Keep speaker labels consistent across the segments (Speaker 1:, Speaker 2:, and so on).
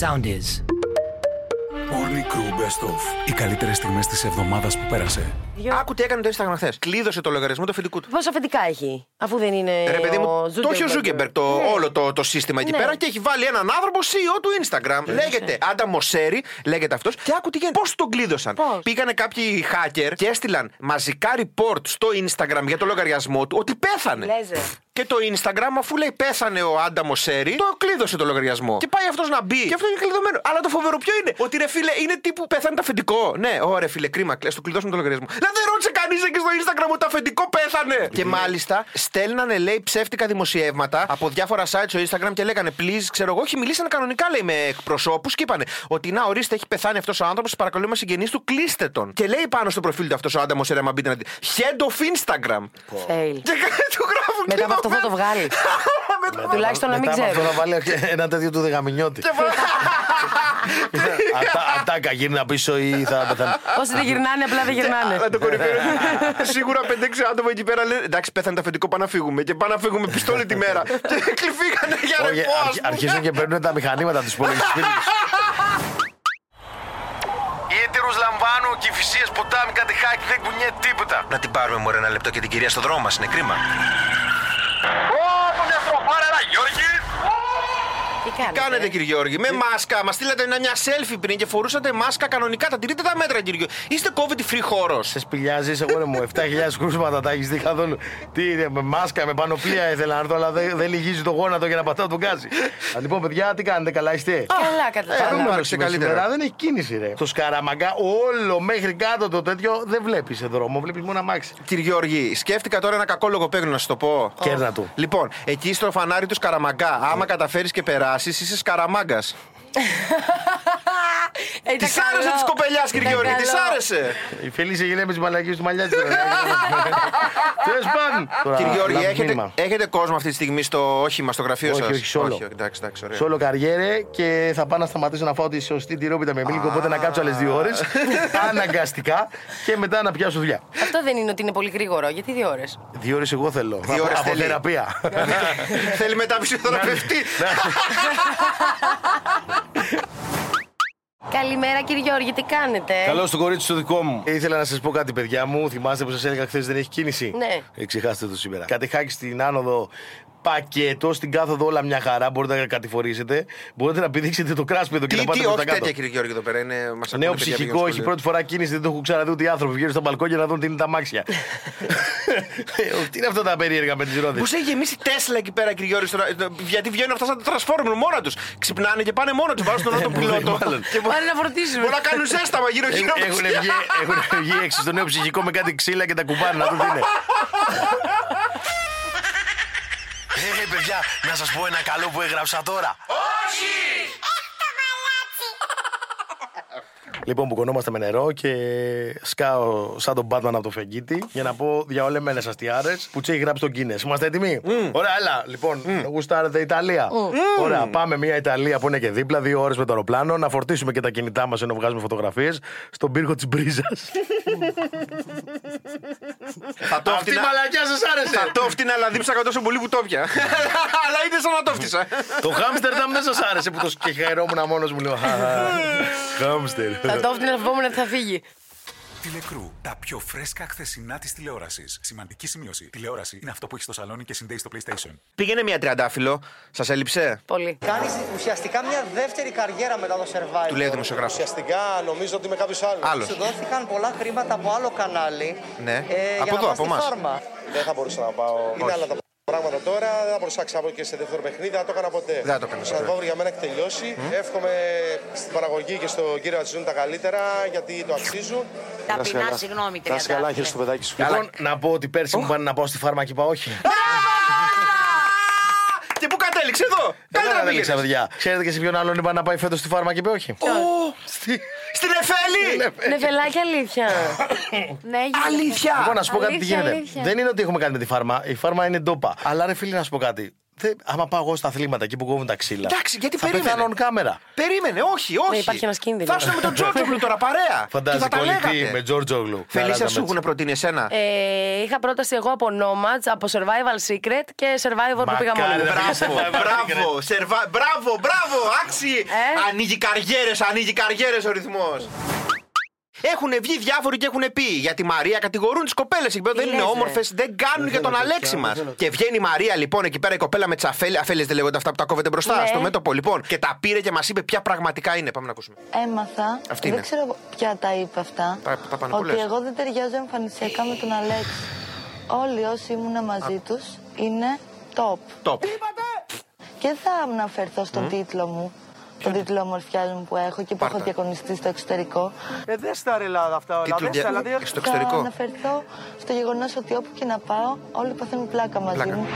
Speaker 1: sound is.
Speaker 2: Morning Crew Best Of. Οι καλύτερες στιγμές της εβδομάδας που πέρασε.
Speaker 3: Άκου τι έκανε το Instagram χθες. Κλείδωσε το λογαριασμό του αφεντικού του.
Speaker 4: Πόσα αφεντικά έχει, αφού δεν είναι.
Speaker 3: Ρε παιδί μου,
Speaker 4: Ε, ο
Speaker 3: το έχει ο Ζούκεμπερ το,
Speaker 4: Ναι.
Speaker 3: όλο το, το σύστημα εκεί
Speaker 4: Ναι.
Speaker 3: πέρα και έχει βάλει έναν άνθρωπο CEO του Instagram. Λέγεται Άντα Μοσέρι, λέγεται αυτός. Και άκου τι γίνεται. Πώς τον κλείδωσαν.
Speaker 4: Πώς.
Speaker 3: Πήγανε κάποιοι hacker και έστειλαν μαζικά report στο Instagram για το λογαριασμό του ότι πέθανε.
Speaker 4: Λες, ρε.
Speaker 3: Και το Instagram, αφού λέει πέθανε ο Άντα Μοσέρι, το κλείδωσε το λογαριασμό. Και πάει αυτός να μπει. Και αυτό είναι κλειδωμένο. Αλλά το φοβερό ποιο είναι. Ότι ρε φίλε, είναι τύπου πέθανε το αφεντικό. Ναι, ωραία φίλε, κρίμα, κλες το κλειδώσουμε το λογαριασμό. Δηλαδή δεν ρώτησε κανείς εκεί στο Instagram ότι το αφεντικό πέθανε. και μάλιστα στέλνανε, λέει, ψεύτικα δημοσιεύματα από διάφορα site στο Instagram και λέγανε please, ξέρω εγώ, όχι μιλήσανε κανονικά, λέει, με εκπροσώπους και είπανε ότι να ορίστε, έχει πεθάνει αυτός ο άνθρωπος, παρακαλούμε συγγενείς του, κλείστε τον. Και λέει πάνω στο προφίλ του αυτός ο Άντα Μοσέρι, άμα μπείτε να δείτε. Head of Instagram.
Speaker 4: Fail.
Speaker 3: Και του γράφουν
Speaker 4: Μετά
Speaker 3: και
Speaker 4: από αυτό θα το βγάλει.
Speaker 3: Μετά από-
Speaker 4: Τουλάχιστον να μην
Speaker 5: Μετά από αυτό
Speaker 4: ξέρει.
Speaker 5: να βάλει ένα τέτοιο του δεγαμινιώτη.
Speaker 3: Και βα-
Speaker 5: Ατά- Ατάκα, γύρνα πίσω ή θα πεθάνει.
Speaker 4: Όσοι δεν γυρνάνε, απλά δεν γυρνάνε.
Speaker 3: Αλλά το κορυφαίο είναι- Σίγουρα 5-6 άτομα εκεί πέρα λένε Εντάξει, πέθανε το αφεντικό, πάμε να φύγουμε. Και πάμε να φύγουμε πιστόλι τη μέρα. Και κλειφίγανε για
Speaker 5: Όχι,
Speaker 3: ρεπός, ας
Speaker 5: αρχι-
Speaker 3: πούμε.
Speaker 5: Αρχίζουν και παίρνουν τα μηχανήματα τους υπολογιστήρου. Ήτερου λαμβάνω και φυσίες ποτάμι κάτι χάκι δεν κουνιέται τίποτα.
Speaker 3: Να την πάρουμε μωρέ ένα λεπτό και την κυρία στο δρόμο μας, είναι κρίμα.
Speaker 4: Τι
Speaker 3: Κάνετε κύριε Γιώργη, με μάσκα. Μα στείλατε ένα- μια selfie πριν και φορούσατε μάσκα κανονικά. Τα τηρείτε τα μέτρα, κύριε Γιώργη. Είστε COVID free χώρος.
Speaker 5: Σε σπηλιάζεις, εγώ μου 7.000 κρούσματα τα έχει δει καθόλου. Τι είναι, με μάσκα, με πανοπλία ήθελα να έρθω, αλλά δεν, δεν λυγίζει το γόνατο για να πατάω τον γκάζι. Α, λοιπόν, παιδιά, τι κάνετε, καλά είστε.
Speaker 4: Καλά,
Speaker 3: ε,
Speaker 4: καταλαβαίνω.
Speaker 3: δούμε.
Speaker 5: Παράδοση
Speaker 3: σε
Speaker 5: μεσημερά,
Speaker 3: καλύτερα.
Speaker 5: Δεν έχει κίνηση, ρε. Το σκαραμαγκά, όλο μέχρι κάτω το τέτοιο δεν βλέπεις σε δρόμο, βλέπεις μόνο αμάξι.
Speaker 3: Κύριε Γιώργη, σκέφτηκα τώρα ένα κακό λογοπαίγνιο να σου το πω.
Speaker 5: Κέρνα του.
Speaker 3: Λοιπόν, εκεί στο φανάρι του Σκαραμαγκά, άμα καταφέρεις και περάσεις, είσαι Σκαραμάγκας.
Speaker 4: Ε,
Speaker 3: Της
Speaker 4: ήταν καλό.
Speaker 3: άρεσε της κοπελιάς, κύριε
Speaker 4: Ήταν
Speaker 3: Γιώργη, της
Speaker 4: καλό.
Speaker 3: άρεσε.
Speaker 5: Η φίλη σε γυρεύει με τις μαλακίες του μαλλιάς της. Τέλος πάντων. Τώρα,
Speaker 3: Κύριε Γιώργη,
Speaker 5: λάβει
Speaker 3: έχετε,
Speaker 5: μήνυμα.
Speaker 3: έχετε κόσμο αυτή τη στιγμή στο όχημα, στο γραφείο
Speaker 5: Όχι,
Speaker 3: σας.
Speaker 5: όχι, σόλο.
Speaker 3: εντάξει, εντάξει, ωραία.
Speaker 5: Σόλο καριέρε και θα πάω να σταματήσω να φάω τη σωστή τυρόπιτα με μίλικο. Οπότε να κάτσω άλλες δύο ώρες αναγκαστικά και μετά να πιάσω δουλειά.
Speaker 4: Αυτό δεν είναι ότι είναι πολύ γρήγορο, γιατί δύο ώρες.
Speaker 5: Δύο ώρες εγώ θέλω.
Speaker 3: Δύο ώρες
Speaker 5: Από
Speaker 3: θέλει.
Speaker 5: θεραπεία.
Speaker 3: Θέλει μετάβηση θεραπευτή.
Speaker 4: Καλημέρα κύριε Γιώργη, τι κάνετε.
Speaker 6: Καλώς το κορίτσι το δικό μου.
Speaker 5: Ε, Ήθελα να σας πω κάτι, παιδιά μου. Θυμάστε που σας έλεγα χθες δεν έχει κίνηση.
Speaker 4: Ναι.
Speaker 5: Ε, ξεχάστε το σήμερα. Κατεχάκι στην άνοδο πακέτο, στην κάθοδο όλα μια χαρά. Μπορείτε να κατηφορήσετε. Μπορείτε να πηδήξετε το κράσπεδο και
Speaker 3: Τι,
Speaker 5: να πάτε
Speaker 3: τι,
Speaker 5: προ τα
Speaker 3: όχι
Speaker 5: κάτω.
Speaker 3: τέτοια, κύριε Γιώργη, εδώ πέρα. Είναι, μας ακούνε
Speaker 5: Νέο
Speaker 3: παιδιά,
Speaker 5: ψυχικό,
Speaker 3: πήγαινε
Speaker 5: έχει
Speaker 3: σχολείο.
Speaker 5: πρώτη φορά κίνηση, δεν το έχουν ξαναδεί ούτε οι άνθρωποι. Βγαίνουν στα μπαλκόνια να δουν τι είναι τα μάξια. τι είναι αυτά τα περίεργα με τις ρόδες.
Speaker 3: Πώς έχει γεμίσει Τέσλα εκεί πέρα, κύριε Γιώργη, στο- ε, γιατί βγαίνουν αυτά σαν τα Transformer μόνα τους. Ξυπνάνε και πάνε μόνο τους, βάζουν τον αυτοπιλότο.
Speaker 5: Μάλλον.
Speaker 3: Και μπο-
Speaker 4: Πάρε να φορτίσουμε.
Speaker 3: Μπορεί να κάνουν ζέσταμα γύρω-γύρω. από τη
Speaker 5: Έχουν Ε, βγει,
Speaker 3: σκιά.
Speaker 5: έχουν βγει έξω στο νέο ψυχικό με κάτι ξύλα και τα κουμπάνε να δουν τι είναι. Ε, παιδιά, να σας πω ένα καλό που έγραψα τώρα. Λοιπόν, μπουκωνόμαστε με νερό και σκάω σαν τον Batman από το φεγγίτι για να πω διαολεμένε αστιάρε που τσέχει γράψει τον Κίνε. Είμαστε έτοιμοι.
Speaker 3: Mm.
Speaker 5: Ωραία, έλα. Λοιπόν, γουστάρετε Ιταλία. Ωραία, πάμε μια Ιταλία που είναι και δίπλα, δύο ώρες με το αεροπλάνο, να φορτίσουμε και τα κινητά μας ενώ βγάζουμε φωτογραφίες στον πύργο της Μπρίζας.
Speaker 3: Θα το
Speaker 5: Αυτή η
Speaker 3: φτινα-
Speaker 5: μαλακιά σας άρεσε.
Speaker 3: Θα το φτύνα, αλλά δίψαγα τόσο πολύ που το πια. Αλλά είναι σαν να το φτύσα.
Speaker 5: Το Χάμστερνταμ δεν σας άρεσε που το σκ- και χαιρόμουν μόνος μου. Λέω, «Χαχα,
Speaker 3: Mm.
Speaker 5: Χάμστερ.
Speaker 4: Θα το έφτιανα να φοβόμουν ότι θα φύγει.
Speaker 2: Τηλεκρού. Τα πιο φρέσκα χθεσινά της τηλεόρασης. Σημαντική σημείωση. Τηλεόραση είναι αυτό που έχει στο σαλόνι και συνδέει στο PlayStation.
Speaker 3: Πήγαινε μια τριαντάφυλλο, σας έλειψε.
Speaker 4: Πολύ.
Speaker 7: Κάνεις ουσιαστικά μια δεύτερη καριέρα μετά το survivor.
Speaker 3: Του λέει ο δημοσιογράφος.
Speaker 7: Ουσιαστικά νομίζω ότι είμαι κάποιος άλλος.
Speaker 3: Άλλος.
Speaker 7: Σου δόθηκαν πολλά χρήματα από άλλο κανάλι. ε,
Speaker 3: Ναι. Από
Speaker 7: για να
Speaker 3: εδώ,
Speaker 7: πας
Speaker 3: από
Speaker 7: στη
Speaker 3: εμάς.
Speaker 7: Φάρμα.
Speaker 8: Δεν θα μπορούσα να πάω. Είναι άλλα τα πράγματα τώρα. Δεν θα μπορούσα να ξαπώ και σε δεύτερο παιχνίδι. Δεν θα το έκανα ποτέ.
Speaker 3: Δεν θα το έκανες,
Speaker 8: Σαν
Speaker 3: ωραία.
Speaker 8: για μένα έχει τελειώσει. Εύχομαι στην παραγωγή και στον κύριο Ατζούν τα καλύτερα γιατί το αξίζουν.
Speaker 9: Ταπεινά, συγγνώμη,
Speaker 8: Να είσαι καλά, χέρι
Speaker 9: τριαντάφυλλε.
Speaker 8: στο παιδάκι σου.
Speaker 5: Λοιπόν, να πω ότι πέρσι μου πάνε να πάω στη φάρμα και είπα όχι.
Speaker 3: Και πού κατέληξε εδώ!
Speaker 5: Δεν
Speaker 3: Καλύτερα
Speaker 5: κατάλαβα,
Speaker 3: πήγαινε.
Speaker 5: παιδιά. Ξέρετε και σε ποιον άλλον είπα να πάει φέτος στη φάρμα και είπε όχι. Λοιπόν, Στη-
Speaker 3: Στην Εφέλη!
Speaker 4: Νεφελάκι αλήθεια.
Speaker 9: Ναι, γίνεται.
Speaker 3: Αλήθεια!
Speaker 5: Λοιπόν, να σου πω κάτι τι
Speaker 9: Αλήθεια,
Speaker 5: γίνεται.
Speaker 9: αλήθεια.
Speaker 5: Δεν είναι ότι έχουμε κάτι με τη φάρμα. Η φάρμα είναι ντόπα. Αλλά ρε φίλε, να σου πω κάτι. δεν- άμα πάω εγώ στα αθλήματα εκεί που κόβουν τα ξύλα.
Speaker 3: Εντάξει, γιατί
Speaker 5: θα
Speaker 3: περίμενε.
Speaker 5: πεθάνω on κάμερα.
Speaker 3: Περίμενε, όχι, όχι.
Speaker 4: Ναι, υπάρχει ένας κίνδυνος.
Speaker 3: Θα ήσουν με τον Τζόρτζογλου τώρα παρέα.
Speaker 5: Φαντάζει
Speaker 3: και θα τα
Speaker 5: κολλητή
Speaker 3: λέγατε.
Speaker 5: με Τζόρτζογλου.
Speaker 3: Θέλει να
Speaker 5: Καράτα
Speaker 3: σου
Speaker 5: με
Speaker 3: έχουν προτείνει εσένα.
Speaker 4: Ε, είχα πρόταση εγώ από Nomads, από Survival Secret και Survivor που πήγα
Speaker 5: Μακάρι
Speaker 4: μόνο.
Speaker 5: να
Speaker 4: μου.
Speaker 5: πήγες
Speaker 3: Μπράβο,
Speaker 5: Survivor
Speaker 3: μπράβο, σερβα- μπράβο, μπράβο, άξι.
Speaker 4: Ε.
Speaker 3: Ανοίγει καριέρες, ανοίγει καριέρες ο ρυθμός. Έχουν βγει διάφοροι και έχουν πει για τη Μαρία, κατηγορούν τις κοπέλες εκεί πέρα. Δεν
Speaker 4: λες,
Speaker 3: είναι
Speaker 4: ρε.
Speaker 3: όμορφες, δεν κάνουν για τον Αλέξη μα. Και βγαίνει η Μαρία λοιπόν εκεί πέρα η κοπέλα με τις αφέλε. Αφέλε δεν λέγονται αυτά που τα κόβεται μπροστά
Speaker 4: Ναι.
Speaker 3: στο μέτωπο λοιπόν. Και τα πήρε και μας είπε ποια πραγματικά είναι. Πάμε να ακούσουμε.
Speaker 1: Έμαθα,
Speaker 3: Αυτή είναι.
Speaker 1: δεν ξέρω ποια τα είπα αυτά,
Speaker 3: Τα- τα πάνε
Speaker 1: ότι
Speaker 3: πολλές.
Speaker 1: εγώ δεν ταιριάζω εμφανισιακά με τον Αλέξη. Όλοι όσοι ήμουνα μαζί τους είναι top.
Speaker 3: Top.
Speaker 1: Και θα αναφερθώ στον τίτλο μου, τον τίτλο ομορφιάς μου που έχω και που έχω διακονιστεί στο εξωτερικό.
Speaker 6: Ε, δεν στα ρε Ελλάδα αυτά όλα.
Speaker 3: Τίτλο
Speaker 6: Δεν στα Ελλάδα.
Speaker 3: Ε, στο
Speaker 1: Θα
Speaker 3: εξωτερικό.
Speaker 1: αναφερθώ στο γεγονός ότι όπου και να πάω όλοι παθαίνουν πλάκα μαζί
Speaker 3: Πλάκα.
Speaker 1: μου.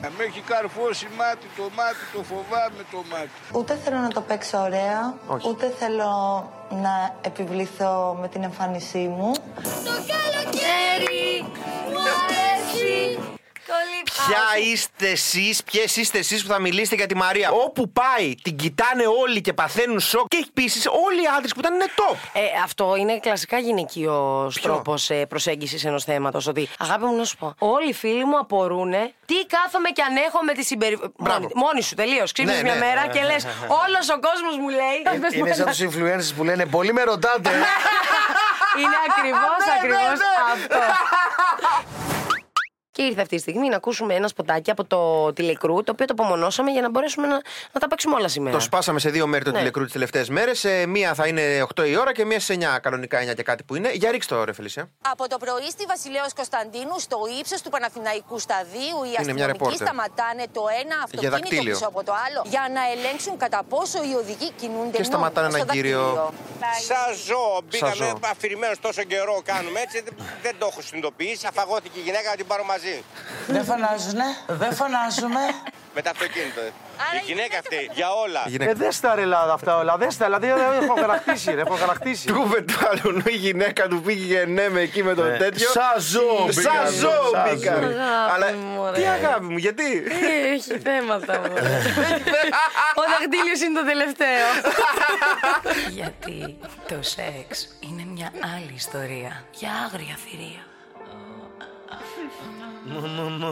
Speaker 10: Με έχει καρφώσει μάτι το μάτι, το φοβάμαι το μάτι.
Speaker 1: Ούτε θέλω να το παίξω ωραία,
Speaker 3: Όχι.
Speaker 1: ούτε θέλω να επιβληθώ με την εμφάνισή μου.
Speaker 3: Ποια είστε εσείς, ποιες είστε εσείς που θα μιλήσετε για τη Μαρία. Όπου πάει, την κοιτάνε όλοι και παθαίνουν σοκ. Και επίσης όλοι οι άντρες που ήταν είναι top.
Speaker 4: Ε, αυτό είναι κλασικά γυναικείος
Speaker 3: Ποιο?
Speaker 4: τρόπος ε, προσέγγισης ενός θέματος. Ότι αγάπη μου, να σου πω. Όλοι οι φίλοι μου απορούν τι κάθομαι και αν έχω με τη συμπεριφορά.
Speaker 3: Μπράβο.
Speaker 4: Μόνη, μόνη σου, τελείως. Ξύπνησε
Speaker 3: Ναι,
Speaker 4: μια
Speaker 3: ναι. Ε,
Speaker 4: μέρα και λες: Όλος ο κόσμος μου λέει.
Speaker 5: Είναι- Είναι σαν τους influencers που λένε Πολύ με ρωτάτε.
Speaker 4: Είναι ακριβώς,
Speaker 3: Ναι, ναι,
Speaker 4: ακριβώς
Speaker 3: ναι.
Speaker 4: αυτό. Και ήρθε αυτή η στιγμή να ακούσουμε ένα σποτάκι από το τηλεκρού, το οποίο το απομονώσαμε για να μπορέσουμε να, να τα παίξουμε όλα σήμερα.
Speaker 3: Το σπάσαμε σε δύο μέρη το
Speaker 4: Ναι.
Speaker 3: τηλεκρού τις τελευταίες μέρες. μία θα είναι 8 η ώρα και μία στι 9 κανονικά 9 και κάτι που είναι. Για ρίξτε το ρε Φελίσια.
Speaker 11: Από το πρωί στη Βασιλέως Κωνσταντίνου, στο ύψος του Παναθηναϊκού Σταδίου, οι
Speaker 3: ρεπόρτερ.
Speaker 11: αστυνομικοί σταματάνε το ένα αυτοκίνητο
Speaker 3: δακτύλιο.
Speaker 11: πίσω από το άλλο για να ελέγξουν κατά πόσο οι οδηγοί κινούνται νόμιμα
Speaker 3: σταματάνε
Speaker 11: στο
Speaker 3: έναν κύριο.
Speaker 11: δακτύλιο.
Speaker 10: Σαν ζώο
Speaker 3: Σαν
Speaker 10: μπήκαμε
Speaker 3: ζώο.
Speaker 10: αφηρημένος τόσο καιρό κάνουμε έτσι. δεν- Δεν το έχω συνειδητοποιήσει. Αφαγώθηκε η γυναίκα να την πάρω μαζί.
Speaker 7: Δεν φωνάζουνε, δεν φωνάζουμε.
Speaker 10: Με το αυτοκίνητο. Η γυναίκα αυτή για όλα.
Speaker 3: Γυναίκα.
Speaker 6: Ε, δεν στα ρε Ελλάδα αυτά όλα. Δεν στα
Speaker 3: δηλαδή, ε,
Speaker 6: Ελλάδα. Δεν έχω γαλακτήσει. ρε, Έχω γαλακτήσει.
Speaker 3: Του είπε του άλλου, η γυναίκα του πήγε ναι με εκεί με το τέτοιο.
Speaker 5: Σαν ζώο μπήκαν.
Speaker 3: Σαν ζώο
Speaker 5: Σαν
Speaker 3: μπήκαν.
Speaker 5: ζώο.
Speaker 4: Αγάπη
Speaker 3: Αλλά
Speaker 4: μου, ρε.
Speaker 3: τι αγάπη μου, γιατί.
Speaker 4: Ε, Έχει θέματα μου. Ο δαχτύλιος είναι το τελευταίο. Γιατί το σεξ είναι μια άλλη ιστορία. Για άγρια θηρία.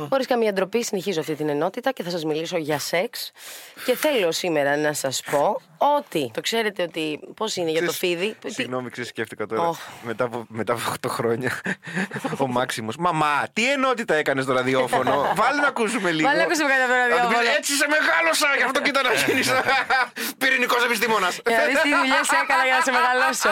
Speaker 4: Χωρίς καμία ντροπή, συνεχίζω αυτή την ενότητα και θα σας μιλήσω για σεξ. Και θέλω σήμερα να σας πω ότι. Το ξέρετε ότι. Πώς είναι για το
Speaker 3: Ξέρεις-
Speaker 4: φίδι. τι-
Speaker 3: Συγγνώμη, ξέρεις, σκέφτηκα τώρα.
Speaker 4: Οχ.
Speaker 3: Μετά, από, μετά από 8 χρόνια. ο Μάξιμος. Μαμά, τι ενότητα έκανες στο ραδιόφωνο. Βάλε να ακούσουμε λίγο.
Speaker 4: Βάλε να ακούσουμε κάτι
Speaker 3: Να
Speaker 4: από το
Speaker 3: του πεις,
Speaker 4: ραδιόφωνο.
Speaker 3: Έτσι σε μεγάλωσα, γι' αυτό κοίτα να γίνεις. Πυρηνικός επιστήμονας.
Speaker 4: Για να Ε, δεις τι δουλειές έκανα για να σε μεγαλώσω.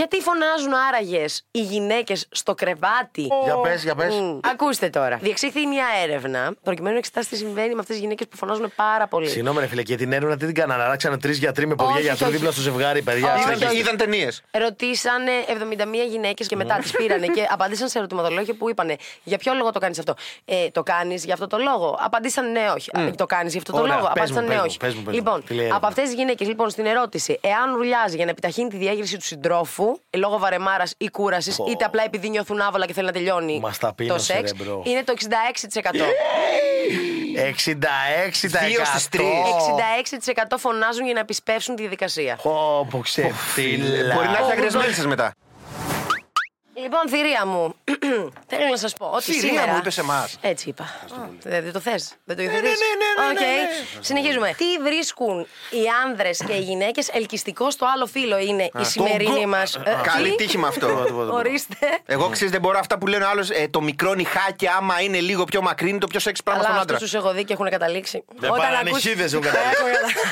Speaker 4: Γιατί φωνάζουν άραγες οι γυναίκες στο κρεβάτι.
Speaker 5: Για πες, για πες.
Speaker 4: Μμμ. Ακούστε τώρα. Διεξήχθη μια έρευνα προκειμένου να εξετάσει τι συμβαίνει με αυτές τις γυναίκες που φωνάζουν πάρα πολύ.
Speaker 5: Συγγνώμη, ρε φίλε, και την έρευνα τι την κάνανε. Αράξανε τρεις γιατροί με ποδιά
Speaker 4: Όχι,
Speaker 5: γιατρού
Speaker 4: όχι.
Speaker 5: δίπλα στο ζευγάρι, παιδιά.
Speaker 4: Όχι,
Speaker 5: συνεχίστε.
Speaker 4: όχι.
Speaker 3: Είδαν ταινίες.
Speaker 4: Ρωτήσανε 71 γυναίκες και
Speaker 5: Ναι.
Speaker 4: μετά τις πήρανε και απαντήσαν σε ερωτηματολόγια που είπανε Για ποιο λόγο το κάνεις αυτό. Ε, το κάνεις για αυτό το λόγο. Απαντήσαν ναι, όχι. Ε, Το κάνεις για αυτό το
Speaker 5: Ωραία,
Speaker 4: λόγο.
Speaker 5: πες μου,
Speaker 4: Απάντησαν
Speaker 5: πες
Speaker 4: ναι,
Speaker 5: μου,
Speaker 4: όχι.
Speaker 5: πες μου, πες μου.
Speaker 4: Λοιπόν,
Speaker 5: Τι λέει η έρευνα.
Speaker 4: από αυτές τις γυναίκες, λοιπόν, στην ερώτηση, εάν ρουλιάζει για να επιταχύνει τη διέγερση του συντρόφου ε, λόγω βαρεμάρας ή κούρασης,
Speaker 5: Πω.
Speaker 4: είτε απλά επειδή νιώθουν άβολα και θέλει να τελειώνει
Speaker 5: Μας τα
Speaker 4: το
Speaker 5: πείνωσε,
Speaker 4: σεξ,
Speaker 5: ρε, μπρο.
Speaker 4: είναι το 66%.
Speaker 5: 66%.
Speaker 3: Δύο στις τρεις.
Speaker 4: 66% φωνάζουν για να επισπεύσουν τη διαδικασία.
Speaker 5: Όπω ξεφύλλα.
Speaker 3: Μπορεί να έχει αγριασμένη σας μετά.
Speaker 4: Λοιπόν, θηρία μου, θέλω να σας πω ότι
Speaker 3: Θηρία
Speaker 4: σήμερα...
Speaker 3: μου, είπες εμάς.
Speaker 4: Έτσι είπα. Δεν δεν το θες. Δεν το υιοθετείς.
Speaker 3: ναι, ναι, ναι, ναι, ναι.
Speaker 4: Συνεχίζουμε. Τι βρίσκουν οι άνδρες και οι γυναίκες ελκυστικό στο άλλο φίλο είναι η σημερινή Ε,
Speaker 3: γκο-
Speaker 4: μα.
Speaker 3: Καλή τύχη με αυτό.
Speaker 4: Ορίστε.
Speaker 3: Εγώ ξέρεις, δεν μπορώ αυτά που λένε ο άλλος. το μικρό νυχάκι, άμα είναι λίγο πιο μακρύ, είναι το πιο σεξ πράγμα στον
Speaker 4: Αλλά
Speaker 3: άντρα.
Speaker 4: αυτούς τους έχω δει και έχουν καταλήξει.
Speaker 5: Δεν παρανυχίδες έχουν καταλήξει.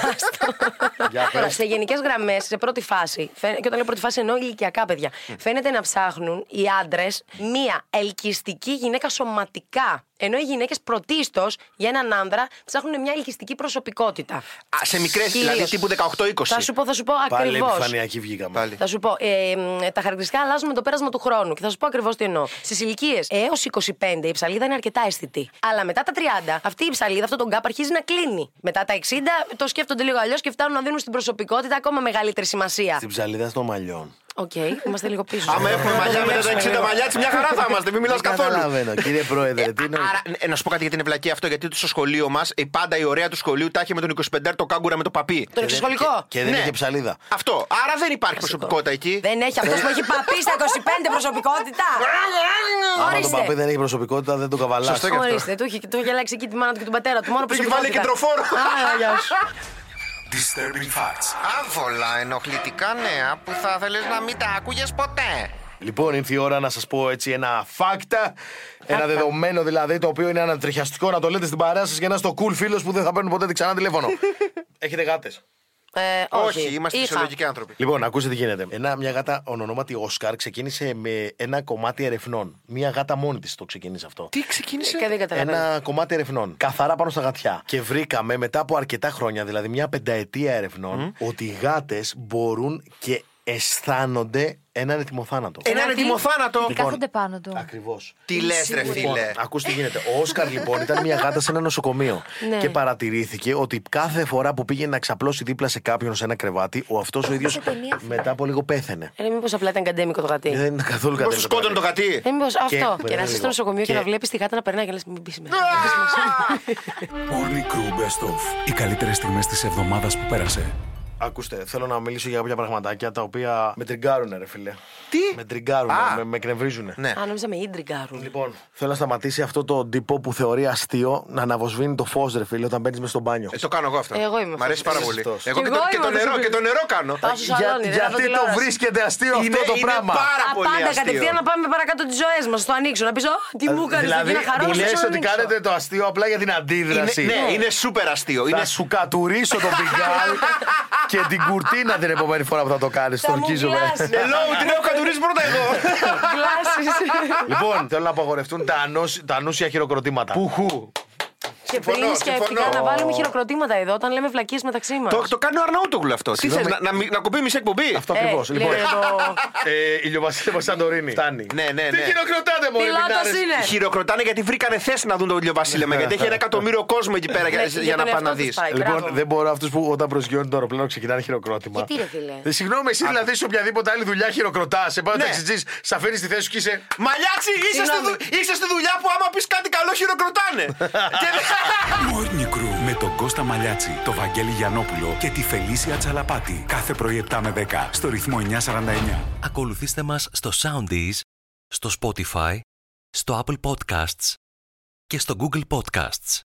Speaker 4: Έχουν καταλήξει.
Speaker 5: Για πες.
Speaker 4: Τώρα, σε γενικές γραμμές, σε πρώτη φάση, φαίνε- και όταν λέω πρώτη φάση εννοώ ηλικιακά παιδιά, φαίνεται να ψάχνουν οι άντρες μία ελκυστική γυναίκα σωματικά. Ενώ οι γυναίκες πρωτίστως για έναν άνδρα ψάχνουν μια ελκυστική προσωπικότητα.
Speaker 3: Α, σε μικρές, δηλαδή
Speaker 4: Κυρίως.
Speaker 3: τύπου 18-20.
Speaker 4: Θα σου πω, θα σου πω
Speaker 5: Πάλι
Speaker 4: ακριβώς.
Speaker 5: επιφανειακή βγήκαμε.
Speaker 3: Πάλι.
Speaker 4: Θα σου πω, ε, μ, τα χαρακτηριστικά αλλάζουν με το πέρασμα του χρόνου και θα σου πω ακριβώς τι εννοώ. Στις ηλικίες έως 25 η ψαλίδα είναι αρκετά αισθητή. Αλλά μετά τα 30, αυτή η ψαλίδα, αυτό τον γκάπ αρχίζει να κλείνει. Μετά τα 60 το σκέφτονται λίγο αλλιώς και φτάνουν να δίνουν στην προσωπικότητα ακόμα μεγαλύτερη σημασία.
Speaker 5: Στην ψαλίδα στο μαλλιό.
Speaker 4: Οκ, είμαστε λίγο πίσω.
Speaker 3: Άμα έχουμε μαλλιά μετά τα 60 μαλλιά, έτσι μια χαρά θα είμαστε. Μην μιλάς
Speaker 5: Δεν
Speaker 3: καθόλου. Ε,
Speaker 5: Καταλαβαίνω, κύριε Πρόεδρε. τι εννοείς.
Speaker 3: Άρα, ε, να σου πω κάτι για την ευλακία αυτό, γιατί στο σχολείο μας πάντα η ωραία του σχολείου τα είχε με τον 25 το κάγκουρα με το παπί.
Speaker 4: Τον εξωσχολικό.
Speaker 5: Και δεν
Speaker 3: Ναι.
Speaker 5: είχε ψαλίδα.
Speaker 3: Αυτό. Άρα δεν υπάρχει προσωπικότητα εκεί.
Speaker 4: Δεν έχει αυτός που έχει παπεί στα 25 προσωπικότητα.
Speaker 5: Άμα τον παπί
Speaker 4: Ορίστε.
Speaker 5: δεν έχει προσωπικότητα, δεν το καβαλάς.
Speaker 3: Σωστό και αυτό.
Speaker 4: Ορίστε, του έχει, του έχει αλλάξει εκεί τη μάνα του και τον πατέρα του. Μόνο
Speaker 3: Του έχει
Speaker 4: προσωπικότητα.
Speaker 3: βάλει και τροφόρο.
Speaker 4: Α, γεια σου.
Speaker 2: Disturbing facts.
Speaker 3: Άβολα ενοχλητικά νέα που θα θέλεις να μην τα άκουγες ποτέ.
Speaker 5: Λοιπόν, ήρθε η ώρα να σας πω έτσι ένα φάκτα. Ένα δεδομένο δηλαδή το οποίο είναι ανατριχιαστικό να το λέτε στην παρέα σας για να είστε ο cool φίλος που δεν θα παίρνουν ποτέ ξανά τηλέφωνο. Έχετε γάτες.
Speaker 4: Ε,
Speaker 3: Όχι, είμαστε
Speaker 4: Είχα.
Speaker 3: φυσιολογικοί άνθρωποι.
Speaker 5: Λοιπόν, ακούστε τι γίνεται. Ένα, μια γάτα ονομάτη Όσκαρ ξεκίνησε με ένα κομμάτι ερευνών. Μια γάτα μόνη της το ξεκίνησε αυτό.
Speaker 3: Τι ξεκίνησε.
Speaker 4: Και δεν καταλαβαίνω.
Speaker 5: Ένα κομμάτι ερευνών. Καθαρά πάνω στα γατιά. Και βρήκαμε μετά από αρκετά χρόνια, δηλαδή μια πενταετία ερευνών, ότι οι γάτες μπορούν και αισθάνονται έναν Λοιπόν, ετοιμοθάνατο.
Speaker 4: Ε,
Speaker 3: Έναν
Speaker 9: τι?
Speaker 3: ετοιμοθάνατο.
Speaker 9: Τι κάθονται πάνω του.
Speaker 5: Ακριβώς.
Speaker 3: Τι λες, ρε φίλε.
Speaker 5: Ακούστε Λοιπόν, τι γίνεται. Ο Όσκαρ λοιπόν ήταν μια γάτα σε ένα νοσοκομείο.
Speaker 4: Ναι.
Speaker 5: Και παρατηρήθηκε ότι κάθε φορά που πήγε να ξαπλώσει δίπλα σε κάποιον σε ένα κρεβάτι, ο αυτός ο ίδιο μετά από λίγο πέθανε.
Speaker 4: Ε, μήπως απλά ήταν καντέμικο το γατί.
Speaker 5: Δεν ήταν καθόλου
Speaker 3: Πώ
Speaker 5: κατέληκτο.
Speaker 3: του Ε, σκότωνε το γατί.
Speaker 4: Ε, μήπως αυτό. Και,
Speaker 5: Περίμενε
Speaker 4: να είσαι στο
Speaker 5: Ε, λίγο.
Speaker 4: νοσοκομείο και,
Speaker 5: Και-
Speaker 4: να βλέπεις τη γάτα να περνάει και λες: Μην πεις με.
Speaker 2: Morning Crew Best Of. Οι καλύτερες στιγμές της εβδομάδας που πέρασε.
Speaker 5: Ακούστε, θέλω να μιλήσω για κάποια πραγματάκια τα οποία με τριγκάρουνε, ρε φίλε.
Speaker 3: Τι?
Speaker 5: Με τριγκάρουνε,
Speaker 3: Α.
Speaker 5: με, με κνευρίζουνε.
Speaker 3: Ναι.
Speaker 4: Α, νόμιζα με ίντριγκάρουν.
Speaker 5: Λοιπόν, θέλω να σταματήσει αυτό το τύπο που θεωρεί αστείο να αναβοσβήνει το φως, ρε φίλε, όταν μπαίνεις μέσα στο μπάνιο.
Speaker 3: Ε, το κάνω εγώ αυτό.
Speaker 4: Εγώ είμαι
Speaker 3: Μ' αρέσει
Speaker 4: αυτό.
Speaker 3: πάρα
Speaker 5: Είσαι
Speaker 3: πολύ.
Speaker 5: σωστός.
Speaker 3: Εγώ και
Speaker 4: Εγώ
Speaker 3: το, και
Speaker 4: είμαι
Speaker 3: το
Speaker 4: αυτό.
Speaker 3: νερό, και το νερό κάνω.
Speaker 4: Πάω στο σαλόνι, δεν θα δω
Speaker 5: Ε, γιατί το
Speaker 4: τηλεόραση.
Speaker 5: βρίσκεται αστείο αυτό το
Speaker 3: είναι
Speaker 5: πράγμα.
Speaker 3: πάρα
Speaker 4: Α,
Speaker 3: πολύ
Speaker 4: πάντα
Speaker 3: αστείο.
Speaker 4: κατευθείαν να πάμε παρακάτω τις ζωές μας. Το ανοίξω. Να πεις: «Ω, Τι μου έκανες,
Speaker 5: δηλαδή,
Speaker 4: δηλαδή, να χαρώ.
Speaker 5: μου
Speaker 4: να σε
Speaker 5: λες
Speaker 4: ξανανοίξω».
Speaker 5: ότι κάνετε το αστείο απλά για την αντίδραση.
Speaker 3: Είναι, ναι, είναι σούπερ αστείο.
Speaker 5: Θα
Speaker 3: Είναι
Speaker 5: σου κατουρίσω τον πιγκάλ και την κουρτίνα την επόμενη φορά που θα το κάνεις.
Speaker 4: Θα μου
Speaker 5: Τορκίζομαι.
Speaker 4: γκλάσει.
Speaker 3: Hello, την έχω κατουρίσει πρώτα εγώ.
Speaker 4: Γκλάσεις.
Speaker 5: λοιπόν, θέλω να απαγορευτούν τα, ανόσ- τα ανούσια χειροκροτήματα. Πουχού.
Speaker 4: Και πριν
Speaker 3: Συμφωνώ,
Speaker 4: σκέφτηκα
Speaker 3: συμφωνώ.
Speaker 4: να βάλουμε χειροκροτήματα εδώ όταν λέμε βλακίες μεταξύ μας.
Speaker 3: Το, το κάνει ο Αρναούτογλου αυτό. Τι θε,
Speaker 5: Συγγνώμη.
Speaker 3: να, να, μι- να κοπεί μισή εκπομπή.
Speaker 5: Αυτό ακριβώς.
Speaker 4: Ε, λέει
Speaker 5: Λοιπόν,
Speaker 4: εδώ.
Speaker 5: ε, ηλιοβασίλευα Σαντορίνη. Φτάνει.
Speaker 3: Ναι, ναι,
Speaker 5: Τι
Speaker 3: ναι.
Speaker 5: χειροκροτάτε, Μωρή
Speaker 4: Πιλότος είναι.
Speaker 3: Χειροκροτάνε γιατί βρήκανε θέση να δουν το ηλιοβασίλεμα. γιατί έχει ένα εκατομμύριο κόσμο εκεί πέρα ε, για,
Speaker 4: Ναι,
Speaker 3: για
Speaker 4: για
Speaker 3: να
Speaker 4: τον
Speaker 3: πάνε να
Speaker 4: εαυτό τους
Speaker 3: δεις.
Speaker 4: πάει. Μπράβο.
Speaker 5: Λοιπόν, δεν μπορώ αυτούς που όταν προσγειώνει το αεροπλάνο ξεκινάνε χειροκρότημα.
Speaker 11: Γιατί, ρε φίλε?
Speaker 5: Ε, Συγγνώμη, εσύ δηλαδή σε οποιαδήποτε άλλη δουλειά χειροκροτάς. Σε πάνω
Speaker 3: Ναι.
Speaker 5: ταξιτζής, σε αφήνει στη θέση σου και είσαι.
Speaker 3: Μαλιάτσι, είσαι στη, δου- είσαι στη δουλειά που άμα πεις κάτι καλό χειροκροτάνε. και...
Speaker 2: Morning Crew με τον Κώστα Μαλιάτση, τον Βαγγέλη Γιανόπουλο και τη Φελίσια Τσαλαπάτη. Κάθε πρωί 7 με 10 στο ρυθμό 949.
Speaker 12: Ακολουθήστε μας στο Soundees, στο Spotify, στο Apple Podcasts και στο Google Podcasts.